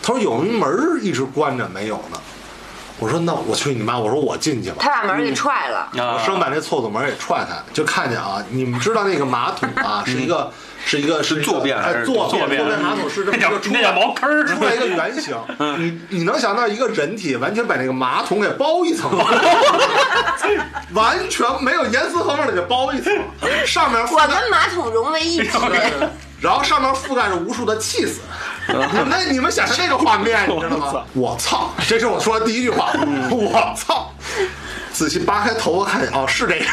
E: 她说，有一门儿一直关着没有呢。我说那我去你妈！我说我进去吧。
F: 他把门给踹了，
A: 嗯啊
E: 我生把那厕所门给踹开，就看见啊，你们知道那个马桶啊，是一个是一个是
A: 坐便还
E: 哎
A: 嗯是
E: 坐
A: 坐
E: 便
A: 便
E: 坐便马桶是这么
A: 那
E: 一
A: 叫
E: 个出来
A: 那叫茅坑儿嗯
E: 出来一个圆 形。你你能想到一个人体完全把那个马桶给包一 层吗，完全没有严丝合缝的给包一层，上面
F: 我
E: 覆盖
F: 跟马桶融为 一体。
E: 然后上面覆盖着无数的气死。
A: 嗯
E: 那你们想象那个画面，你知道吗？我操！这是我说的第一句话。
A: 嗯
E: 我操！仔细扒开头发看，哦，是这个。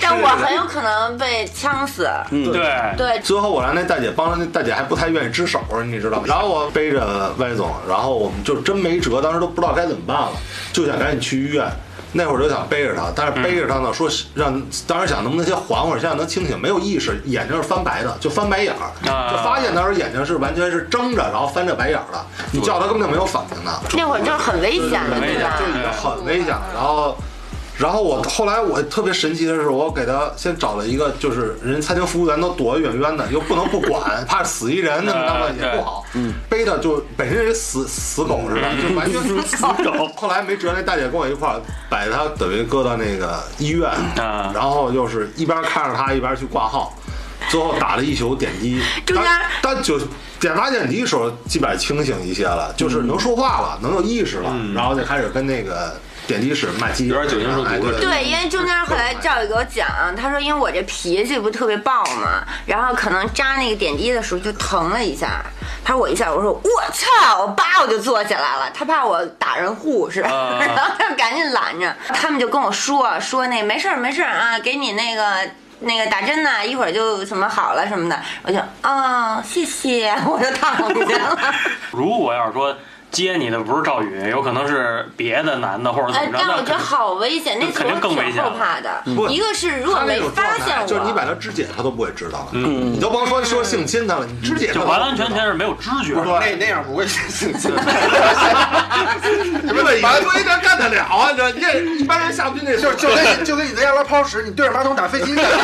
F: 但我很有可能被呛死。
A: 嗯对，
F: 对，
E: 最后我让那大姐帮着，那大姐还不太愿意支手，你知道吗？然后我背着歪总，然后我们就真没辙，当时都不知道该怎么办了，就想赶紧去医院。那会儿就想背着他，但是背着他呢，说是让当时想能不能先缓会儿，现在能清醒，没有意识，眼睛是翻白的，就翻白眼儿，
A: 啊
E: 就发现当时眼睛是完全是睁着，然后翻着白眼儿的，你叫他根本就没有反应的。啊
F: 那会儿就是很危险的，
A: 危
F: 对
A: 险
F: 吧
E: 这？已经很危险了。然后，然后我后来我特别神奇的是，我给他先找了一个，就是人家餐厅服务员都躲得远远的，又不能不管，怕死一人那么那么 也不好。背着就本身是死死狗似的，就完全死
A: 嗯狗
E: 后来没辙，那大姐跟我一块儿把他等于搁到那个医院，
A: 啊
E: 然后就是一边看着他一边去挂号。最后打了一宿点 滴，
F: 中间
E: 但但九点八点滴的时候，基本上清醒一些了，就是
F: 嗯
E: 能说话了，能有意识了，
D: 嗯
E: 然后就开始跟那个点滴室骂街，
A: 有点酒精中毒
E: 哎
A: 了
F: 对，因为中间后来赵宇给我讲，他说因为我这脾气不特别暴嘛，然后可能扎那个点滴的时候就疼了一下，他说我一下，我说我操，我叭我就坐起来了，他怕我打人护士，
A: 啊
F: 然后他就赶紧拦着，他们就跟我说说那没事儿没事儿啊，给你那个。那个打针呐、一会儿就什么好了什么的，我就啊、谢谢， 我就躺下 了。
A: 如果要是说接你的不是赵宇，有可能是别的男的或者怎
F: 哎
A: 么，着，
F: 但
A: 那
F: 我觉得好危险，那
A: 那
F: 次
A: 肯定
F: 我
A: 更危
F: 挺
A: 险
F: 后
A: 了嗯
F: 怕的。
E: 不
F: 一个是如果
E: 他那
F: 没
E: 种
F: 发
E: 状
F: 现
E: 态，
F: 我，
E: 就是你把他肢解，他都不会知道了。
D: 嗯
E: 你都甭说说性侵他了，你肢解他
A: 就
E: 都
A: 完完全全是没有知觉。
E: 不是
B: 那那样不会 死。
E: 你们一堆人干得了啊？这你这一般人下不去那
B: 就就跟你就跟你在家拉泡屎，你对着马桶打飞机呢。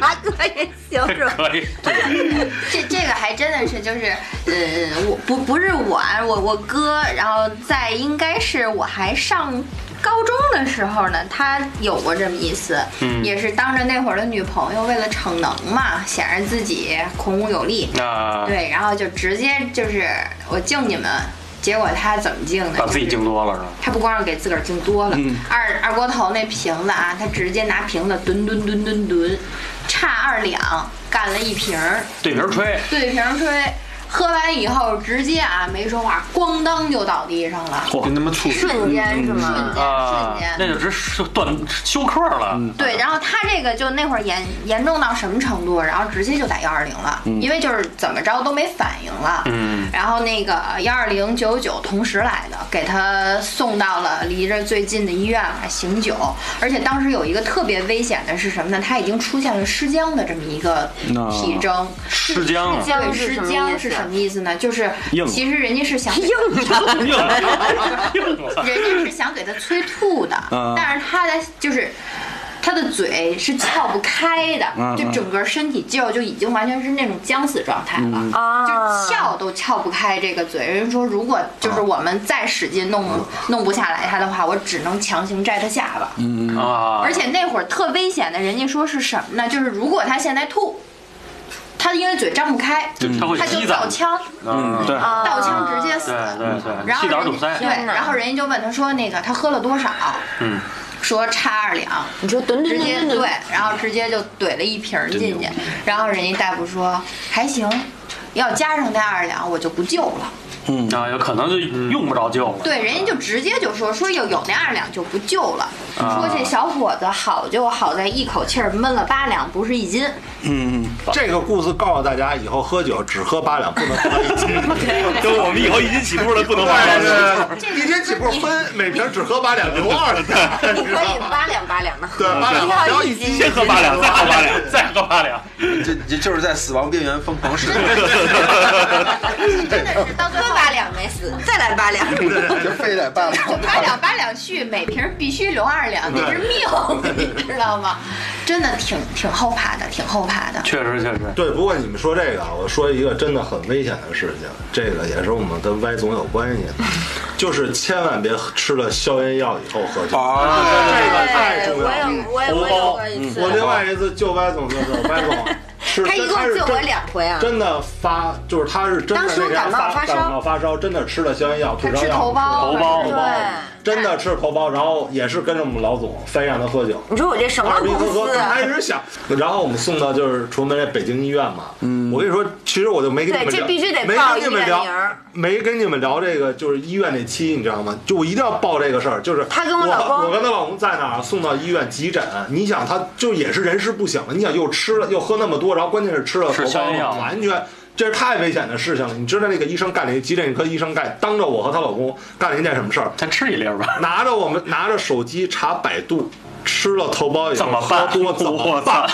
F: 哪个啊也行是吧？
A: 可以，
C: 这这个还真的是就是，呃，我不不是我啊，我我哥，然后在应该是我还上高中的时候呢，他有过这么一次，
A: 嗯
C: 也是当着那会儿的女朋友，为了逞能嘛，显示自己孔武有力，
A: 那
C: 对，然后就直接就是我敬你们，结果他怎么敬的？
A: 把自己
C: 就是
A: 敬多了是嗯吧？
C: 他不光是给自个儿敬多了，二二锅头那瓶子啊，他直接拿瓶子吨吨吨吨吨，差二两干了一瓶儿，
A: 对瓶吹，
C: 对瓶儿吹，喝完以后直接啊没说话，咣当就倒地上了，
A: 嚯，那么粗
F: 瞬间是吗？
A: 啊
C: 瞬间，
A: 那就直接断休克了。
C: 对，然后他这个就那会儿严严重到什么程度，然后直接就打幺二零了，因为就是怎么着都没反应了。
A: 嗯，
C: 然后那个幺二零九九同时来的，给他送到了离着最近的医院来醒酒，而且当时有一个特别危险的是什么呢？他已经出现了尸僵的这么一个
D: 那
C: 体征。
A: 尸僵啊
F: 尸，僵
C: 对，
F: 是
C: 尸
F: 什么意
C: 僵
F: 思
C: 是什么意思呢？就是
D: 硬了
C: 其实人家是想给
A: 硬 了，硬了。
C: 人家是想给他催吐的，
D: 嗯
C: 但是他的就是。他的嘴是撬不开的，
D: 嗯
C: 就整个身体肌肉就已经完全是那种僵死状态
D: 嗯
C: 了，
F: 啊
C: 就是撬都撬不开这个嘴。人家说，如果就是
D: 嗯
C: 我们再使劲弄、弄不下来他的话，我只能强行摘他下巴。
D: 嗯
A: 啊！
C: 而且那会儿特危险的，人家说是什么呢？就是如果他现在吐，他因为嘴张不开，
A: 他会
C: 他就
A: 积
C: 倒
A: 攒，
C: 腔，
D: 嗯，对，
F: 啊
C: 倒腔直接死。
A: 对对对，
C: 然后
A: 气
C: 人
A: 导
C: 家
A: 堵塞，
C: 对，
F: 天哪
C: 然后人家就问他说那个他喝了多少，
A: 嗯，
C: 说差二两，
F: 你说吨吨
C: 直接
F: 吨
C: 对
F: 吨吨，，
C: 然后直接就怼了一瓶儿进去，然后人家大夫说还行，要加上那二两我就不救了。
A: 啊，有可能就用不着救了。
C: 对，人家就直接就说说有有那二两就不救了，
A: 啊
C: 说这小伙子好就好在一口气儿闷了八两，不是一斤。
E: 这个故事告诉大家，以后喝酒只喝八两，不能喝一 斤。
D: 就我们以后一斤起步了，不能玩
E: 对对，一天起步分，每瓶只喝八两，留二 两，
F: 你
E: 你知
F: 可
E: 道
F: 以
E: 吗？
F: 八两八两的喝
E: 对，，八两，
F: 一
E: 然
F: 套
E: 后
F: 一
E: 一
F: 斤，
D: 先喝八两，再喝八两。
A: 再喝八两，
B: 这这 就是在死亡边缘疯狂使用，
C: 真的是到最后
F: 喝八两没死，再来八两。
B: 就非得办了。
C: 就八两八两续，每瓶必须留二两，那是命，你知道吗？真的挺挺后怕的，挺后怕的。
A: 确实确实，
E: 对，不过你们说这个，啊我说一个真的很危险的事情，这个也是我们跟歪总有关系，就是千万别吃了消炎药以后喝酒。
D: 啊，
E: 这个太
F: 对，
E: 重要
F: 我
E: 了。
F: 有我有
E: 哦嗯红包嗯
F: 我有过一次，
E: 我另外一次救歪总就是歪总， 是
F: 他一共
E: 是
F: 救
E: 真
F: 我两回啊
E: 真的发就是他是真的
F: 当时
E: 那天
F: 感冒
E: 发
F: 发烧
E: 感冒发烧，真的吃了消炎药，
C: 他
E: 退烧
C: 吃
E: 药，
C: 头孢，
A: 头孢
E: 头
F: 对
E: 孢，真的吃头孢，然后也是跟着我们老总非让他喝酒，
F: 你说我这什么
E: 二逼
F: 公
E: 呵呵，
F: 司啊？
E: 开始想，然后我们送到就是崇文门那北京医院嘛。嗯，我跟你说，其实我就没跟你们
F: 对
E: 聊，
F: 这必须得
E: 没
F: 报
E: 跟你们
F: 医院
E: 聊
F: 名儿，
E: 没跟你们聊这个就是医院那期，你知道吗？就我一定要报这个事儿，就是
F: 他跟我
E: 我
F: 老公
E: 我跟他老公在哪儿送到医院急诊，你想他就也是人事不省了，你想又吃了又喝那么多，然后关键是吃了
A: 吃
E: 头
A: 消
E: 孢
A: 炎药
E: 完全。这是太危险的事情了，你知道那个医生干了一急诊科医生干当着我和她老公干了一件什么事儿？
A: 咱吃一粒儿吧。
E: 拿着我们拿着手机查百度，吃了头孢以后
A: 怎么办
E: 喝多了怎么办
A: 我？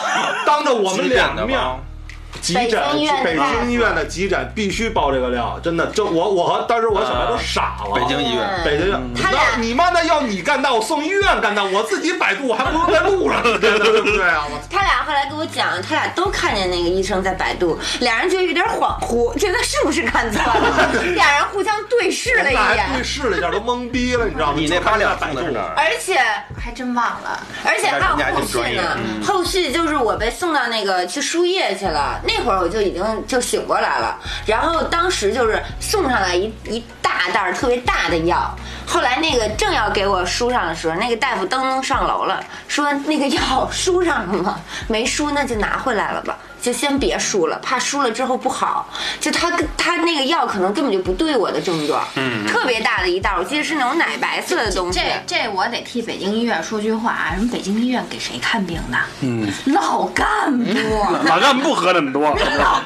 E: 当着我们两
B: 急诊的
E: 面
B: 吗。
E: 急
F: 北
E: 诊
F: 京医院，的
E: 北京医院的急诊必须爆这个料，真的，这我我和当时我小孩都傻了。
B: 北京医院，
E: 北京医院，
F: 嗯他俩
E: 那你妈的要你干到我送医院干到，我自己百度我还不如在路 上，真的对不对啊？我
F: 他俩后来跟我讲，他俩都看见那个医生在百度，俩人觉得有点恍惚，觉得是不是看错了？俩人互相对视了一
E: 那还 对
F: 眼，
E: 视了一下，都懵逼了，你知道吗？
B: 你那八两送的是哪
E: 百度
B: 儿？
F: 而且
C: 还真忘了。
F: 而且还有后续
B: 人家还
F: 呢，后续就是我被送到那个去输液去了，那会儿我就已经就醒过来了，然后当时就是送上来一一大袋儿特别大的药，后来那个正要给我输上的时候，那个大夫噔噔上楼了，说那个药输上了吗？没输，那就拿回来了吧。就先别输了，怕输了之后不好。就他跟他那个药可能根本就不对我的症状，嗯，特别大的一袋儿，我记得是那种奶白色的东西。
C: 这这我得替北京医院说句话啊！人北京医院给谁看病呢？嗯，老干部，
D: 老干部不喝那 么多。
C: 老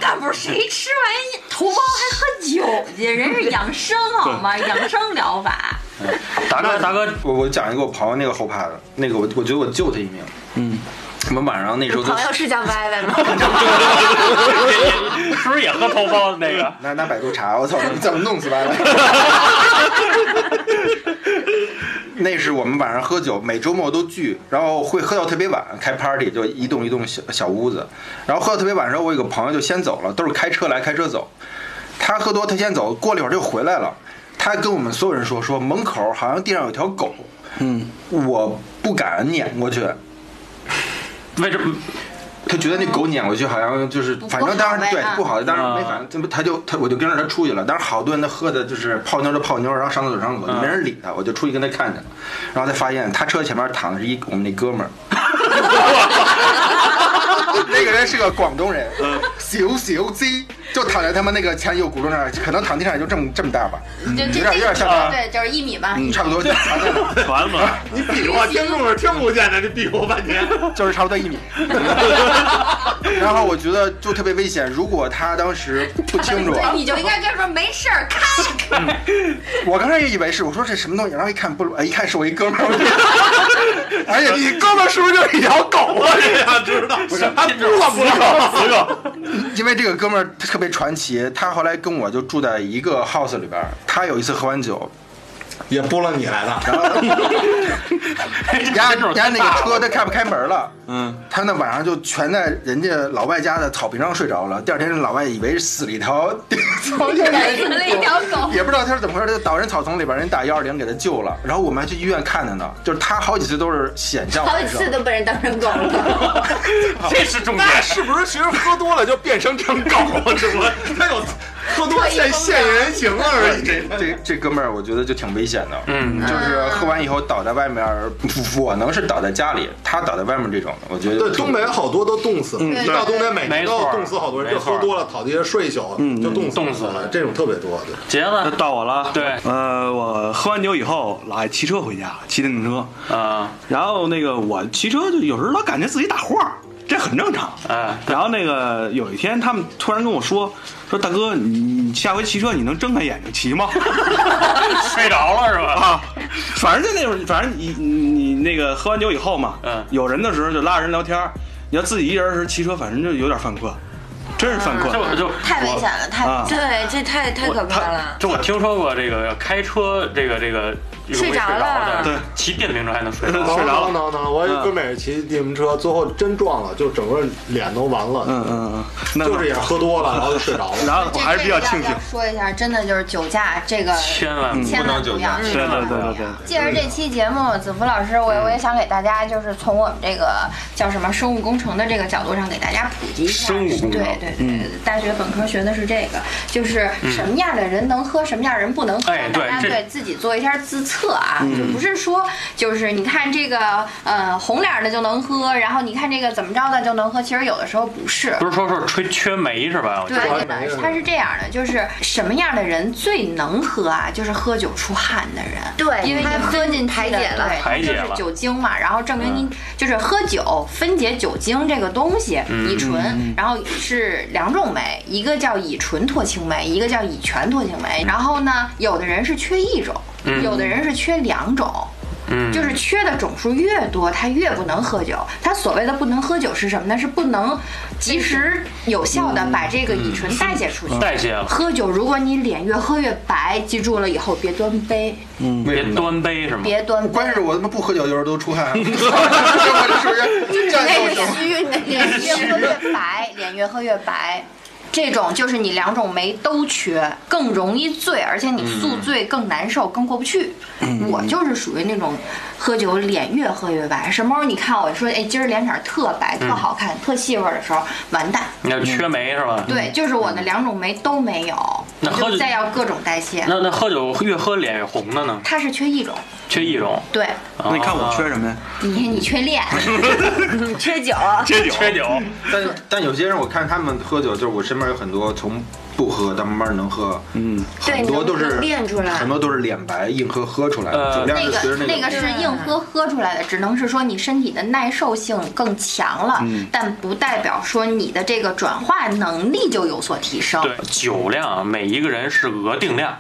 C: 干部谁吃完头孢还喝酒去？人是养生好吗？养生疗法。
A: 达哥，达哥，
B: 我我讲一个我朋友那个后怕的，那个我我觉得我救他一命。
D: 嗯，
B: 我们晚上那时候都
F: 朋友是叫歪歪吗？
A: 是不是也喝头孢那 个？
B: 拿拿百度查，我操，你怎么弄死歪歪？ 那是我们晚上喝酒，每周末都聚，然后会喝到特别晚，开 party 就一栋一栋小小屋子，然后喝到特别晚的时候，我有个朋友就先走了，都是开车来开车走，他喝多他先走，过了一会儿就回来了，他跟我们所有人说说门口好像地上有条狗，
D: 嗯，
B: 我不敢撵过去，
A: 为什么？
B: 他觉得那狗撵过去好像就是，反正当时对不好，当时没反
A: 啊
B: 应，这不他就他我就跟着他出去了。当时好多人他喝的就是泡妞的泡妞，然后上厕所上厕所，就没人理他，我就出去跟他看去了，然后才发现他车前面躺的是一我们那哥们儿。 那个人是个广东人，小小鸡就躺在他们那个前右轱辘那儿，可能躺地上也就这么这么大吧，
C: 就
B: 有
C: 这
B: 点有点像
C: 这
B: 他，
C: 对，就是一米吧。
B: 差不多就差不多
A: 全了，
E: 你 比划，听众是听不见的，你比划半天。
B: 就是差不多一米。然后我觉得就特别危险，如果他当时不清楚，啊
C: 你就应该跟他说没事儿，开
B: 我刚才也以为是，我说这什么东西，然后一看不，哎一看是我一哥们儿，我就 哎呀，你哥们儿是不是就是一条狗啊？
E: 这要知道，不是
A: 他不死狗，
B: 因为这个哥们儿特别传奇，他后来跟我就住在一个 house 里边儿，他有一次喝完酒，
E: 也拨了你来了。
B: 人家人家那个 车他开不开门了，
D: 嗯，
B: 他那晚上就全在人家老外家的草坪上睡着了，第二天人老外以为死了一条草 原里
C: 死了一条狗。
B: 也不知道他是怎么回事，他就倒人草丛里边，人打幺二零给他救了，然后我们还去医院看他呢，就是他好几次都是险象
F: 好
B: 环
F: 几
B: 生
F: 次。都被人当成狗了。
A: 这是 重点。
E: 是不是其实喝多了就变成成狗 了？是不是？啊他有喝多现现原形了而已。
B: 这这哥们儿，我觉得就挺危险的，
A: 嗯
B: 就是喝完以后倒在外面，我能是倒在家里，他倒在外面这种的，我觉得
E: 对，
B: 挺
E: 东北好多都冻死了。你到东北每年都有冻死好多人，
A: 没
E: 就
A: 错
E: 喝多了跑地下睡一宿，就冻
A: 冻死
E: 了
A: 了。
E: 这种特别多，对。
A: 杰
D: 那
A: 子
D: 到我了。
A: 对
D: 呃，我喝完酒以后老爱骑车回家，骑电动车。
A: 啊，
D: 然后那个我骑车就有时候老感觉自己打晃儿，这很正常。
A: 哎
D: 然后那个有一天他们突然跟我说说大哥，你你下回骑车你能睁开眼睛骑吗？
A: 睡着了是吧？
D: 啊，反正就那种，反正你你你那个喝完酒以后嘛，
A: 嗯
D: 有人的时候就拉人聊天儿，你要自己一人时骑车，反正就有点犯困，真是犯困。
A: 这我就
C: 太危险了，太
D: 啊
F: 对，这太太可怕了。
A: 就我听说过这个开车，这个这个如果
F: 睡着
A: 着
F: 了
A: 的，骑电瓶车还能睡着。
D: 睡着了
E: 能能能，我有一哥们儿骑电瓶车，最后真撞了，就整个脸都完了，
D: 嗯嗯嗯，那
E: 就是也是喝多了，然后就睡着了。
D: 然后我还是比较庆
C: 这个
D: 幸
C: 要要。说一下，真的就是酒驾这个
A: 千万不
C: 千
A: 能
C: 万不要，千
D: 对对
C: 万
D: 对
C: 不要
D: 对对。
C: 借着这期节目，子福老师，我我也想给大家，就是从我们这个叫什么生物工程的这个角度上，给大家普及一下。
A: 生物工程
C: 对对对，大学本科学的是这个，就是什么样的人能喝，什么样的人不能喝，
A: 哎
C: 大
A: 对
C: 家
A: 这
C: 对自己做一下自测啊，就不是说就是你看这个呃红脸儿的就能喝，然后你看这个怎么着的就能喝，其实有的时候不是。
A: 不是说是吹缺煤是吧？我觉
C: 对
A: 得
E: 还
C: 对
E: 没
C: 的
E: 有，
C: 他是这样的，就是什么样的人最能喝啊？就是喝酒出汗的人。
F: 对
C: 因为
F: 他
C: 你喝进去
F: 排
C: 的
F: 解了
C: 对
A: 排解
C: 就是
A: 了嗯
C: 酒精嘛，然后证明你就是喝酒分解酒精这个东西，
A: 嗯
C: 乙
F: 嗯
C: 醇，然后是两种酶，一个叫乙醇脱氢酶，一个叫乙醛脱氢酶。然后呢，有的人是缺一种，有的人是缺两种。
A: 嗯
C: 就是缺的种数越多，他越不能喝酒。他所谓的不能喝酒是什么呢？是不能及时有效
F: 嗯
C: 的把这个乙醇代谢出去。
A: 嗯代谢了，
C: 喝酒，如果你脸越喝越白，记住了以后别端杯，
A: 别端杯是吗？
C: 别端杯。
B: 关键是我他妈不喝酒，有时候都出 汗，啊
G: 嗯
B: 我这属于战斗 型。
F: 虚你
C: 脸越喝越白，脸越喝越白。这种就是你两种酶都缺，更容易醉，而且你宿醉更难受，更过不去。我就是属于那种喝酒脸越喝越白，什么时候你看我说，哎，今儿脸色儿特白、特好看、特细味儿的时候，完蛋。
A: 你要缺煤是吧？
C: 对，就是我的两种酶都没有，
A: 嗯那喝
C: 我就
A: 酒
C: 再要各种代谢，
A: 那那喝酒越喝脸越红的呢？
C: 它是缺一种。
A: 缺一种。啊
C: 对，
A: 那
D: 那你看我缺什么呀？
C: 你你缺练，
F: 缺酒，
A: 缺酒，缺酒，
G: 但但有些人我看他们喝酒，就是我身边有很多从不喝到慢慢能喝，嗯，
F: 对
G: 很多
F: 能
G: 都是
F: 能练出来
G: 很多都是脸白硬喝喝出来的，
A: 呃
G: 酒量
C: 那
G: 是随
C: 个
G: 着那
C: 那个
G: 个。
C: 是硬喝喝出来的，只能是说你身体的耐受性更强了，但不代表说你的这个转化能力就有所提升。
A: 对，酒量每一个人是额定量，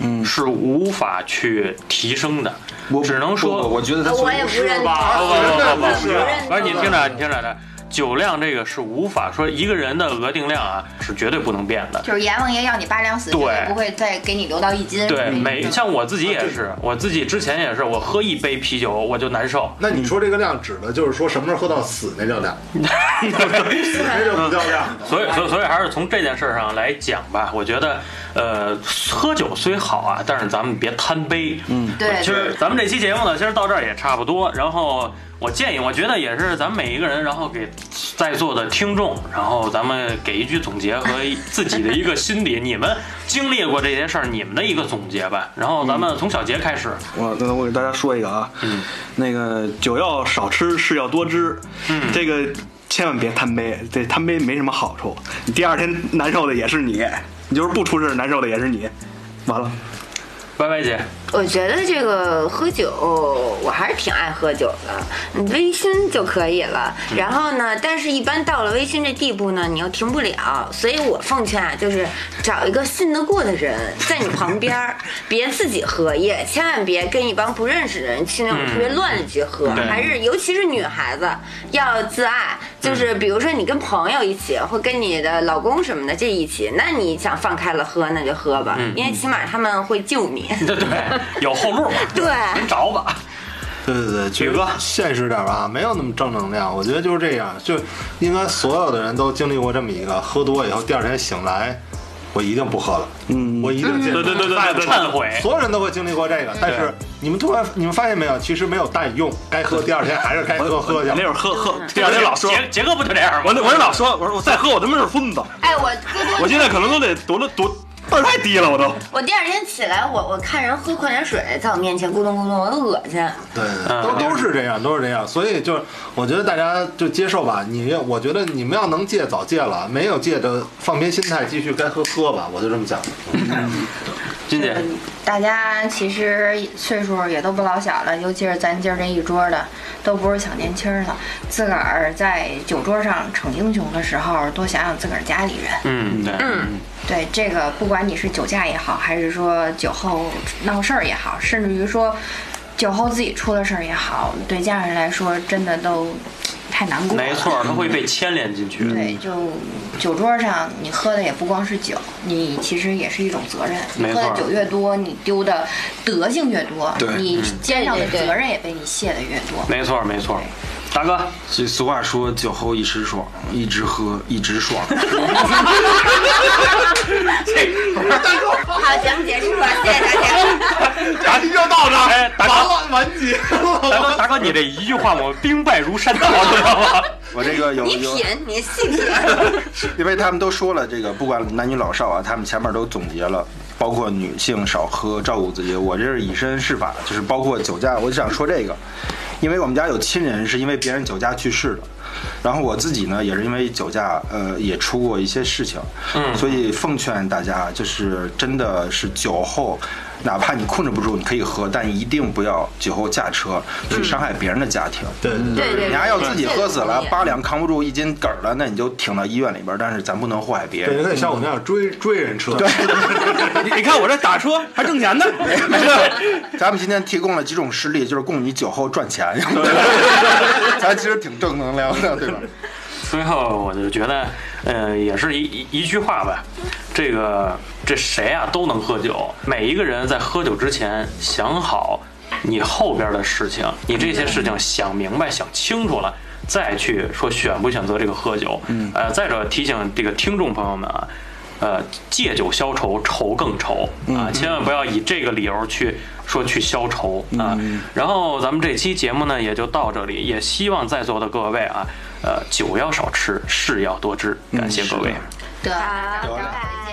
A: 嗯，是无法去提升的，只能说
G: 不不我觉得他
F: 我也不认同，
A: 不不不不
F: 不认
A: 不，哎不是你听
F: 同。
A: 着，你听着的，酒量这个是无法说一个人的额定量啊，是绝对不能变的。
C: 就是阎王爷要你八两死，绝对
A: 对
C: 不会再给你留到一斤。
A: 对，
C: 嗯
A: 每像我自己也是，我自己之前也是，我喝一杯啤酒我就难受，
E: 那你说这个量指的就是说什么时候喝到死那叫量，死
A: 嗯
E: 那就不叫量。
A: 所以所以所以还是从这件事上来讲吧，我觉得，呃，喝酒虽好啊，但是咱们别贪杯，嗯，
C: 对
A: 其实咱们这期节目呢，其实到这儿也差不多。然后我建议，我觉得也是咱们每一个人，然后给在座的听众，然后咱们给一句总结和自己的一个心理，你们经历过这些事儿，你们的一个总结吧。然后咱们从小杰开始，
D: 我那我给大家说一个啊，嗯，那个酒要少吃，事要多知，嗯，这个千万别贪杯，这贪杯没什么好处，你第二天难受的也是你，你就是不出事儿难受的也是你，完了，
A: 歪歪姐，
F: 我觉得这个喝酒，我还是挺爱喝酒的，微醺就可以了。然后呢，但是一般到了微醺这地步呢，你又停不了，所以我奉劝啊，就是找一个信得过的人在你旁边儿，别自己喝，也千万别跟一帮不认识的人去那种特别乱的局喝，
A: 对
F: 还是尤其是女孩子要自爱，就是比如说你跟朋友一起，或跟你的老公什么的这一起，那你想放开了喝，那就喝吧，因为起码他们会救你。
A: 对对，有后路，
F: 对
A: 您找吧。
E: 对对对，
A: 宇哥
E: 现实点儿吧，没有那么正能量。我觉得就是这样，就应该所有的人都经历过这么一个，喝多以后第二天醒来，我一定不喝了，嗯，我一定戒。对
A: 对对对对，忏悔。
E: 所有人都会经历过这个，但是你们突然你们发现没有，其实没有但用，该喝第二天还是该 喝喝去。
D: 那会儿喝喝，第二天老说，
A: 杰杰哥不就这样吗？
D: 我那我那老说，我说我再喝我他妈是孙子，
F: 哎，我哥哥
D: 我现在可能都得多了多辈儿太低了，我都
F: 我第二天起来，我我看人喝矿泉水在我面前咕咚咕咚，我都恶心。
E: 对，都都是这样，都是这样。所以就是，我觉得大家就接受吧。你，我觉得你们要能戒早戒了，没有戒的放平心态，继续该喝喝吧。我就这么 想。
A: 金姐，
C: 嗯大家其实岁数也都不老小了，尤其是咱今儿这一桌的，都不是小年轻了。自个儿在酒桌上逞英雄的时候，多想想自个儿家里人。
A: 嗯，对，
C: 对这个，不管你是酒驾也好，还是说酒后闹事儿也好，甚至于说酒后自己出了事儿也好，对家人来说真的都太难过了。
A: 没错，他嗯会被牵连进去。
C: 对，就酒桌上你喝的也不光是酒，你其实也是一种责任。你
A: 没
C: 喝的
A: 错
C: 酒越多，你丢的德性越多，
B: 对
C: 你肩上的
F: 对对对
C: 责任也被你卸的越多。
A: 嗯没错，没错。大哥，
B: 这俗话说酒后一时爽，一直喝一直 爽。
F: 好，节目结束了，谢谢大家。
A: 大哥要到这，哎，大
E: 完
A: 哥，
E: 了，完结了。
A: 大哥，大哥，你这一句话我兵败如山倒，知道吗？
B: 我这个有
F: 你
B: 有，
F: 品，你细品。
B: 因为他们都说了，这个不管男女老少啊，他们前面都总结了。包括女性少喝，照顾自己。我这是以身试法，就是包括酒驾，我就想说这个，因为我们家有亲人是因为别人酒驾去世的，然后我自己呢也是因为酒驾，呃，也出过一些事情，
A: 嗯
B: 所以奉劝大家，就是真的是酒后，哪怕你控制不住，你可以喝，但一定不要酒后驾车去伤害别人的家庭。
E: 对对
F: 对对，
B: 你还要自己喝死了，八
F: 八。
B: 两扛不住一斤梗儿了，那你就挺到医院里边儿。但是咱不能祸害别
E: 对，你
B: 人。
E: 得像我那样追追人车。对，
D: 你你看我这打车还挣钱呢，
B: 咱们今天提供了几种实例，就是供你酒后赚 钱。咱其实挺正能量的，对吧？
A: 最后我就觉得，呃，也是一一一句话吧，这个这谁啊都能喝酒，每一个人在喝酒之前想好你后边的事情，你这些事情想明白、想清楚了。再去说选不选择这个喝酒，嗯，呃，再者提醒这个听众朋友们啊，呃，借酒消愁，愁更愁啊！千万不要以这个理由去说去消愁啊。然后咱们这期节目呢也就到这里，也希望在座的各位啊，呃，酒要少吃，事要多知。感谢各位。
C: 对。
F: 好，拜拜。